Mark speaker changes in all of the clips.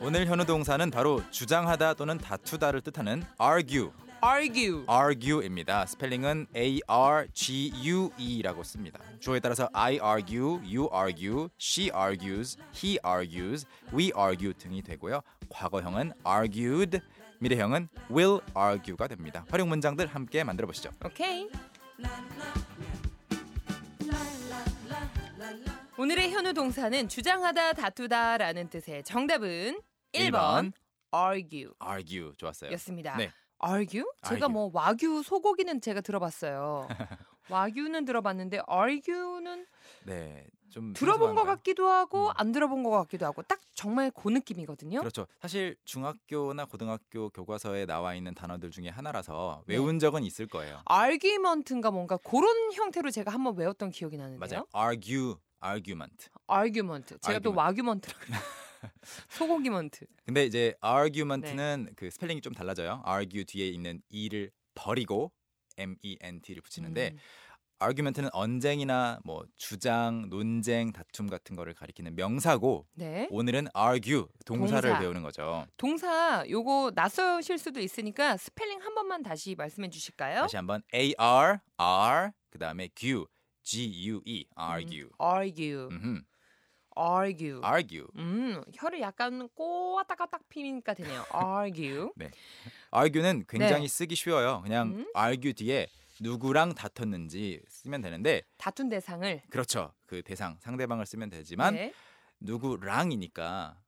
Speaker 1: 오늘 현우 동사는 바로 주장하다 또는 다투다를 뜻하는 argue,
Speaker 2: argue.
Speaker 1: argue입니다. 스펠링은 A R G U E라고 씁니다. 주어에 따라서 I argue, you argue, she argues, he argues, we argue 등이 되고요. 과거형은 argued, 미래형은 will argue가 됩니다. 활용 문장들 함께 만들어 보시죠.
Speaker 2: 오케이. 오늘의 현우 동사는 주장하다, 다투다라는 뜻의 정답은 1번, argue.
Speaker 1: argue 좋았어요.
Speaker 2: 였습니다.
Speaker 1: 네.
Speaker 2: argue? 제가
Speaker 1: argue.
Speaker 2: 뭐 와규 소고기는 제가 들어봤어요. 와규는 들어봤는데 argue는
Speaker 1: 네. 좀
Speaker 2: 들어본 것
Speaker 1: 생소한가요?
Speaker 2: 같기도 하고
Speaker 1: 음.
Speaker 2: 안 들어본 것 같기도 하고 딱 정말 그 느낌이거든요.
Speaker 1: 그렇죠. 사실 중학교나 고등학교 교과서에 나와 있는 단어들 중에 하나라서
Speaker 2: 네.
Speaker 1: 외운 적은 있을 거예요.
Speaker 2: argument인가 뭔가 그런 형태로 제가 한번 외웠던 기억이 나는데요.
Speaker 1: 맞아요. 어. argue, argument.
Speaker 2: argument. 제가 또
Speaker 1: argument.
Speaker 2: 와규먼트라고 소고기먼트.
Speaker 1: 근데 이제 argument는 그 스펠링이 좀 달라져요. argue 뒤에 있는 e를 버리고 m e n t를 붙이는데
Speaker 2: 음.
Speaker 1: argument는 언쟁이나 뭐 주장, 논쟁, 다툼 같은 거를 가리키는 명사고
Speaker 2: 네.
Speaker 1: 오늘은 argue 동사를 어?
Speaker 2: 동사.
Speaker 1: 배우는 거죠.
Speaker 2: 동사 요거 낯서실 수도 있으니까 스펠링 한 번만 다시 말씀해 주실까요?
Speaker 1: 다시 한번 a r r 그다음에 gue g u e argue.
Speaker 2: 음. argue.
Speaker 1: 음흠.
Speaker 2: argue.
Speaker 1: argue.
Speaker 2: 음, 혀를 약간 꼬아딱꼬딱 피니까 되네요. argue.
Speaker 1: argue는 굉장히 쓰기 쉬워요. 그냥
Speaker 2: 음.
Speaker 1: argue 뒤에 누구랑 다퉜는지 쓰면 되는데
Speaker 2: 다툰 대상을.
Speaker 1: 그렇죠. 그 대상 상대방을 쓰면 되지만
Speaker 2: 네.
Speaker 1: 누구랑이니까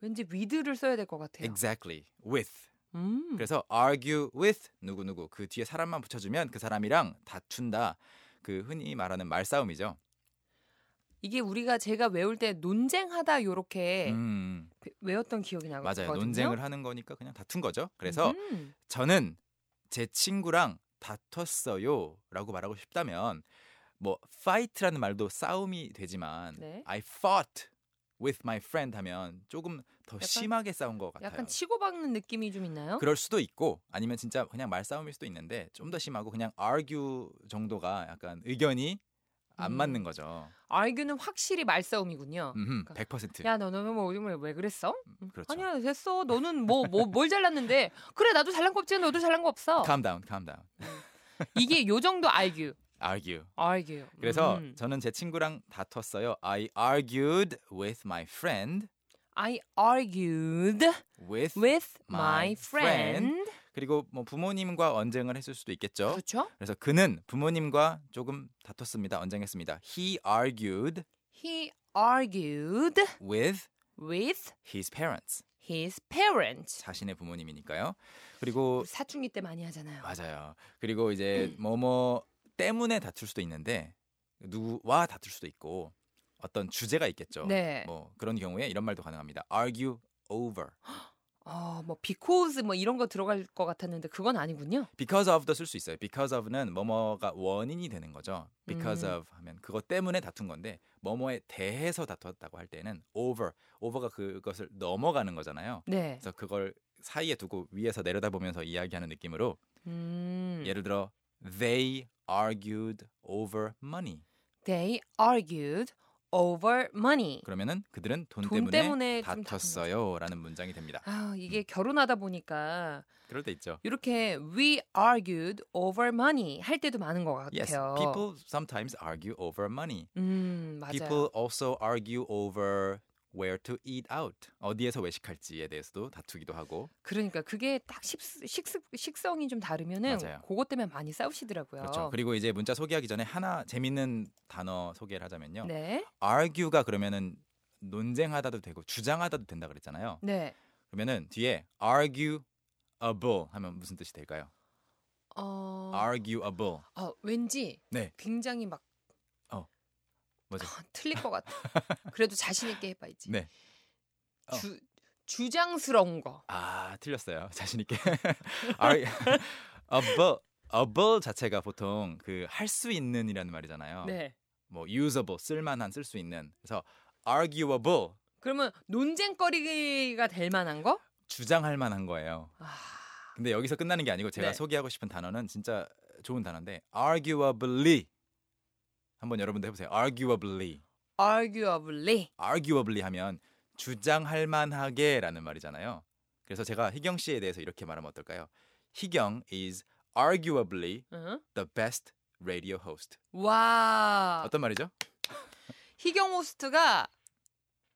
Speaker 2: 왠지 with를 써야 될 것 같아요.
Speaker 1: exactly with.
Speaker 2: 음.
Speaker 1: 그래서 argue with 누구 누구 그 뒤에 사람만 붙여주면 그 사람이랑 다툰다. 그 흔히 말하는 말싸움이죠.
Speaker 2: 이게 우리가 제가 외울 때 논쟁하다 요렇게
Speaker 1: 음,
Speaker 2: 배- 외웠던 기억이 나거든요.
Speaker 1: 맞아요. 논쟁을 하는 거니까 그냥 다툰 거죠. 그래서
Speaker 2: 음.
Speaker 1: 저는 제 친구랑 다퉜어요라고 말하고 싶다면 뭐 fight라는 말도 싸움이 되지만
Speaker 2: 네.
Speaker 1: I fought with my friend 하면 조금 더
Speaker 2: 약간-
Speaker 1: 심하게 싸운 것 같아요.
Speaker 2: 약간 치고박는 느낌이 좀 있나요?
Speaker 1: 그럴 수도 있고 아니면 진짜 그냥 말싸움일 수도 있는데 좀 더 심하고 그냥 argue 정도가 약간 의견이 안
Speaker 2: 음.
Speaker 1: 맞는 거죠.
Speaker 2: argue는 확실히 말싸움이군요.
Speaker 1: 음흠, 100%.
Speaker 2: 그러니까. 야, 너 너는 뭐 오줌을 왜 그랬어? 음,
Speaker 1: 그렇죠.
Speaker 2: 아니야, 됐어. 너는 뭐 뭐 뭘 잘랐는데? 그래, 나도 잘난 거 없지. 너도 잘난 거 없어.
Speaker 1: calm down, calm down.
Speaker 2: 이게 요 정도 argue.
Speaker 1: argue.
Speaker 2: argue.
Speaker 1: 그래서
Speaker 2: 음.
Speaker 1: 저는 제 친구랑 다퉜어요. I argued with my friend
Speaker 2: I argued
Speaker 1: with,
Speaker 2: with my
Speaker 1: my
Speaker 2: friend.
Speaker 1: 그리고 뭐 부모님과 언쟁을 했을 수도 있겠죠.
Speaker 2: 그렇죠?
Speaker 1: 그래서 그는 부모님과 조금 다퉜습니다. 언쟁했습니다. He argued
Speaker 2: He argued
Speaker 1: with
Speaker 2: with
Speaker 1: his parents.
Speaker 2: his parents.
Speaker 1: 자신의 부모님이니까요. 그리고
Speaker 2: 사춘기 때 많이 하잖아요.
Speaker 1: 어. 맞아요. 그리고 이제 뭐뭐 때문에 다툴 수도 있는데 누구와 다툴 수도 있고 어떤 주제가 있겠죠.
Speaker 2: 네.
Speaker 1: 뭐 그런 경우에 이런 말도 가능합니다. argue over
Speaker 2: 어, 뭐 because 뭐 이런 거 들어갈 것 같았는데 그건 아니군요.
Speaker 1: because of도 쓸 수 있어요. because of는 뭐뭐가 원인이 되는 거죠. because
Speaker 2: 음.
Speaker 1: of 하면 그것 때문에 다툰 건데 뭐뭐에 대해서 다투었다고 할 때는 over over가 그것을 넘어가는 거잖아요.
Speaker 2: 네.
Speaker 1: 그래서 그걸 사이에 두고 위에서 내려다보면서 이야기하는 느낌으로
Speaker 2: 음.
Speaker 1: 예를 들어 they argued over money.
Speaker 2: They argued over money.
Speaker 1: 그러면은 그들은 돈,
Speaker 2: 돈 때문에
Speaker 1: 때문에,
Speaker 2: 좀 다툰
Speaker 1: 다퉜어요라는 문장이 됩니다.
Speaker 2: 아,
Speaker 1: 음.
Speaker 2: 이게 결혼하다 보니까
Speaker 1: 그럴 때 있죠.
Speaker 2: 이렇게 we argued over money 할 때도 많은 것 같아요.
Speaker 1: Yes, people sometimes argue over money.
Speaker 2: 음, 맞아요.
Speaker 1: People also argue over where to eat out. 어디에서 외식할지에 대해서도 다투기도 하고.
Speaker 2: 그러니까 그게 딱 식, 식, 식성이 좀 다르면은
Speaker 1: 맞아요.
Speaker 2: 그것 때문에 많이 싸우시더라고요.
Speaker 1: 그렇죠. 그리고 이제 문자 소개하기 전에 하나 재밌는 단어 소개를 하자면요.
Speaker 2: 네.
Speaker 1: argue가 그러면은 논쟁하다도 되고 주장하다도 된다 그랬잖아요.
Speaker 2: 네.
Speaker 1: 그러면은 뒤에 arguable 하면 무슨 뜻이 될까요?
Speaker 2: 어,
Speaker 1: arguable.
Speaker 2: 아, 왠지
Speaker 1: 네.
Speaker 2: 굉장히 막
Speaker 1: 어, 뭐죠?
Speaker 2: 아, 틀릴 것 같아. 그래도 자신 있게 해봐야지.
Speaker 1: 네. 어.
Speaker 2: 주 주장스러운 거.
Speaker 1: 아 틀렸어요 자신 있게 아, Are- able able 자체가 보통 그 할 수 있는이라는 말이잖아요
Speaker 2: 네.
Speaker 1: 뭐 usable 쓸만한 쓸 수 있는 그래서 arguable
Speaker 2: 그러면 논쟁거리가 될 만한 거?
Speaker 1: 주장할 만한 거예요
Speaker 2: 아,
Speaker 1: 근데 여기서 끝나는 게 아니고 제가
Speaker 2: 네.
Speaker 1: 소개하고 싶은 단어는 진짜 좋은 단어인데 arguably 한번 여러분도 해보세요. arguably,
Speaker 2: arguably.
Speaker 1: arguably 하면 주장할 만하게라는 말이잖아요. 그래서 제가 희경 씨에 대해서 이렇게 말하면 어떨까요? 희경 is arguably
Speaker 2: 응?
Speaker 1: the best radio host.
Speaker 2: 와.
Speaker 1: 어떤 말이죠?
Speaker 2: 희경 호스트가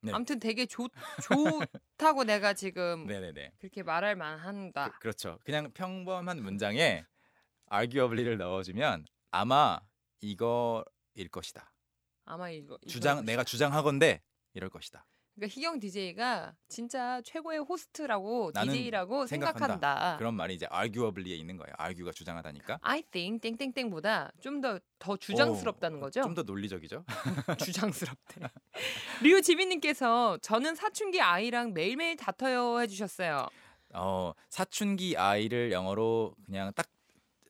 Speaker 1: 네.
Speaker 2: 아무튼 되게 좋 좋다고 내가 지금
Speaker 1: 네네네.
Speaker 2: 그렇게 말할 만한다.
Speaker 1: 그, 렇죠 그냥 평범한 문장에 arguably를 넣어주면 아마 이거일 것이다.
Speaker 2: 아마 이거 이거-
Speaker 1: 주장 내가 주장하건대 이럴 것이다.
Speaker 2: 그러니까 희경 DJ가 진짜 최고의 호스트라고
Speaker 1: 나는
Speaker 2: DJ라고
Speaker 1: 생각한다.
Speaker 2: 생각한다.
Speaker 1: 그런 말이 이제 arguably에 있는 거예요. argue가 주장하다니까.
Speaker 2: I think 땡땡땡보다 좀 더 더 주장스럽다는 거죠.
Speaker 1: 좀 더 논리적이죠.
Speaker 2: 주장스럽대. 류지민님께서 저는 사춘기 아이랑 매일매일 다퉈요 해주셨어요.
Speaker 1: 어, 사춘기 아이를 영어로 그냥 딱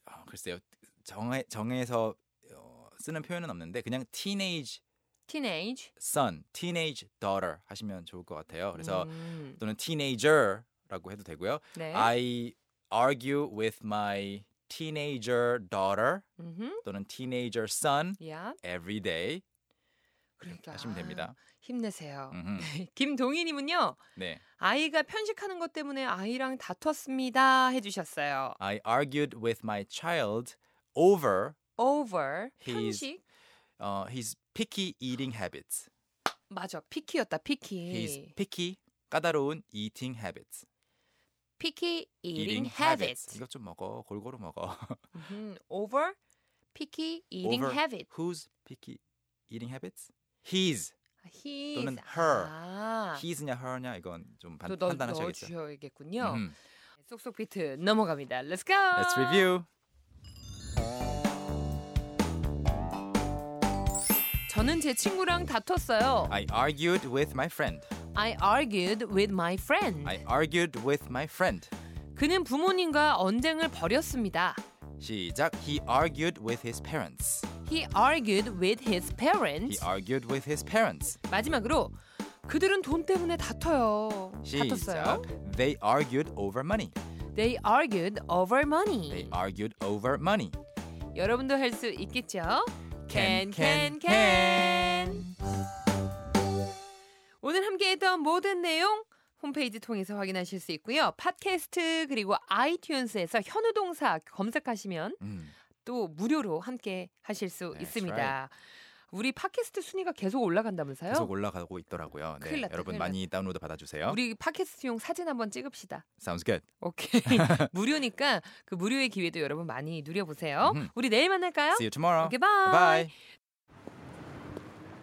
Speaker 1: 어, 글쎄요 정해 정해서 어, 쓰는 표현은 없는데 그냥 teenage
Speaker 2: Teenage.
Speaker 1: son, teenage daughter 하시면 좋을 것 같아요. 그래서
Speaker 2: 음,
Speaker 1: 또는 teenager라고 해도 되고요.
Speaker 2: 네.
Speaker 1: I argue with my teenager daughter
Speaker 2: 음흠.
Speaker 1: 또는 teenager son
Speaker 2: 야.
Speaker 1: every day
Speaker 2: 그러니까 네.
Speaker 1: 하시면 됩니다.
Speaker 2: 힘내세요.
Speaker 1: 음흠.
Speaker 2: 김동희님은요.
Speaker 1: 네,
Speaker 2: 아이가 편식하는 것 때문에 아이랑 다퉜습니다 해주셨어요.
Speaker 1: I argued with my child over
Speaker 2: Over
Speaker 1: He's-
Speaker 2: 편식
Speaker 1: uh, his picky eating habits.
Speaker 2: 맞아 피키였다
Speaker 1: His
Speaker 2: 피키
Speaker 1: picky 까다로운 eating habits.
Speaker 2: 피키 eating
Speaker 1: habits.
Speaker 2: habits
Speaker 1: 이것 좀 먹어. 골고루 먹어.
Speaker 2: 음, over picky eating
Speaker 1: Over.
Speaker 2: habit
Speaker 1: Whose picky eating habits? His.
Speaker 2: His.
Speaker 1: 또는 her.
Speaker 2: 아,
Speaker 1: His냐 her냐 이건 좀 반,
Speaker 2: 또 넣,
Speaker 1: 판단하셔야겠죠.
Speaker 2: 넣어주셔야겠군요.
Speaker 1: 음.
Speaker 2: 쏙쏙 비트 넘어갑니다. Let's go.
Speaker 1: Let's review.
Speaker 2: 저는 제 친구랑 다퉜어요.
Speaker 1: I argued with my friend.
Speaker 2: I argued with my friend.
Speaker 1: I argued with my friend.
Speaker 2: 그는 부모님과 언쟁을 벌였습니다.
Speaker 1: 시작. He argued with his parents.
Speaker 2: He argued with his
Speaker 1: He
Speaker 2: parents.
Speaker 1: argued with his parents.
Speaker 2: 마지막으로 그들은 돈 때문에 다퉈요.
Speaker 1: 시작.
Speaker 2: 다퉜어요.
Speaker 1: They argued over money.
Speaker 2: They argued over money.
Speaker 1: They argued over money.
Speaker 2: 여러분도 할 수 있겠죠?
Speaker 1: Can,
Speaker 2: 캔,
Speaker 1: can,
Speaker 2: 캔, 캔. 오늘 함께했던 모든 내용 홈페이지 통해서 확인하실 수 있고요. 팟캐스트 그리고 아이튠스에서 현우 동사 검색하시면
Speaker 1: 음.
Speaker 2: 또 무료로 함께 하실 수
Speaker 1: That's
Speaker 2: 있습니다.
Speaker 1: right.
Speaker 2: 우리 팟캐스트 순위가 계속 올라간다면서요?
Speaker 1: 계속 올라가고 있더라고요. 네,
Speaker 2: 큰일 났다,
Speaker 1: 여러분
Speaker 2: 큰일
Speaker 1: 많이 다운로드 받아주세요.
Speaker 2: 우리 팟캐스트용 사진 한번 찍읍시다.
Speaker 1: Sounds good.
Speaker 2: 오케이. 무료니까 그 무료의 기회도 여러분 많이 누려보세요.
Speaker 1: 음.
Speaker 2: 우리 내일 만날까요?
Speaker 1: See you tomorrow.
Speaker 2: 오케이, 바이.
Speaker 1: Bye.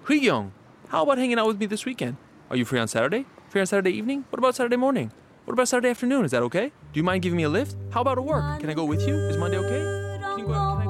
Speaker 3: Young, how about hanging out with me this weekend? Are you free on Saturday? Free on Saturday evening? What about Saturday morning? What about Saturday afternoon? Is that okay? Do you mind giving me a lift? How about at work? Can I go with you? Is Monday okay? Can you go out? Can I go out?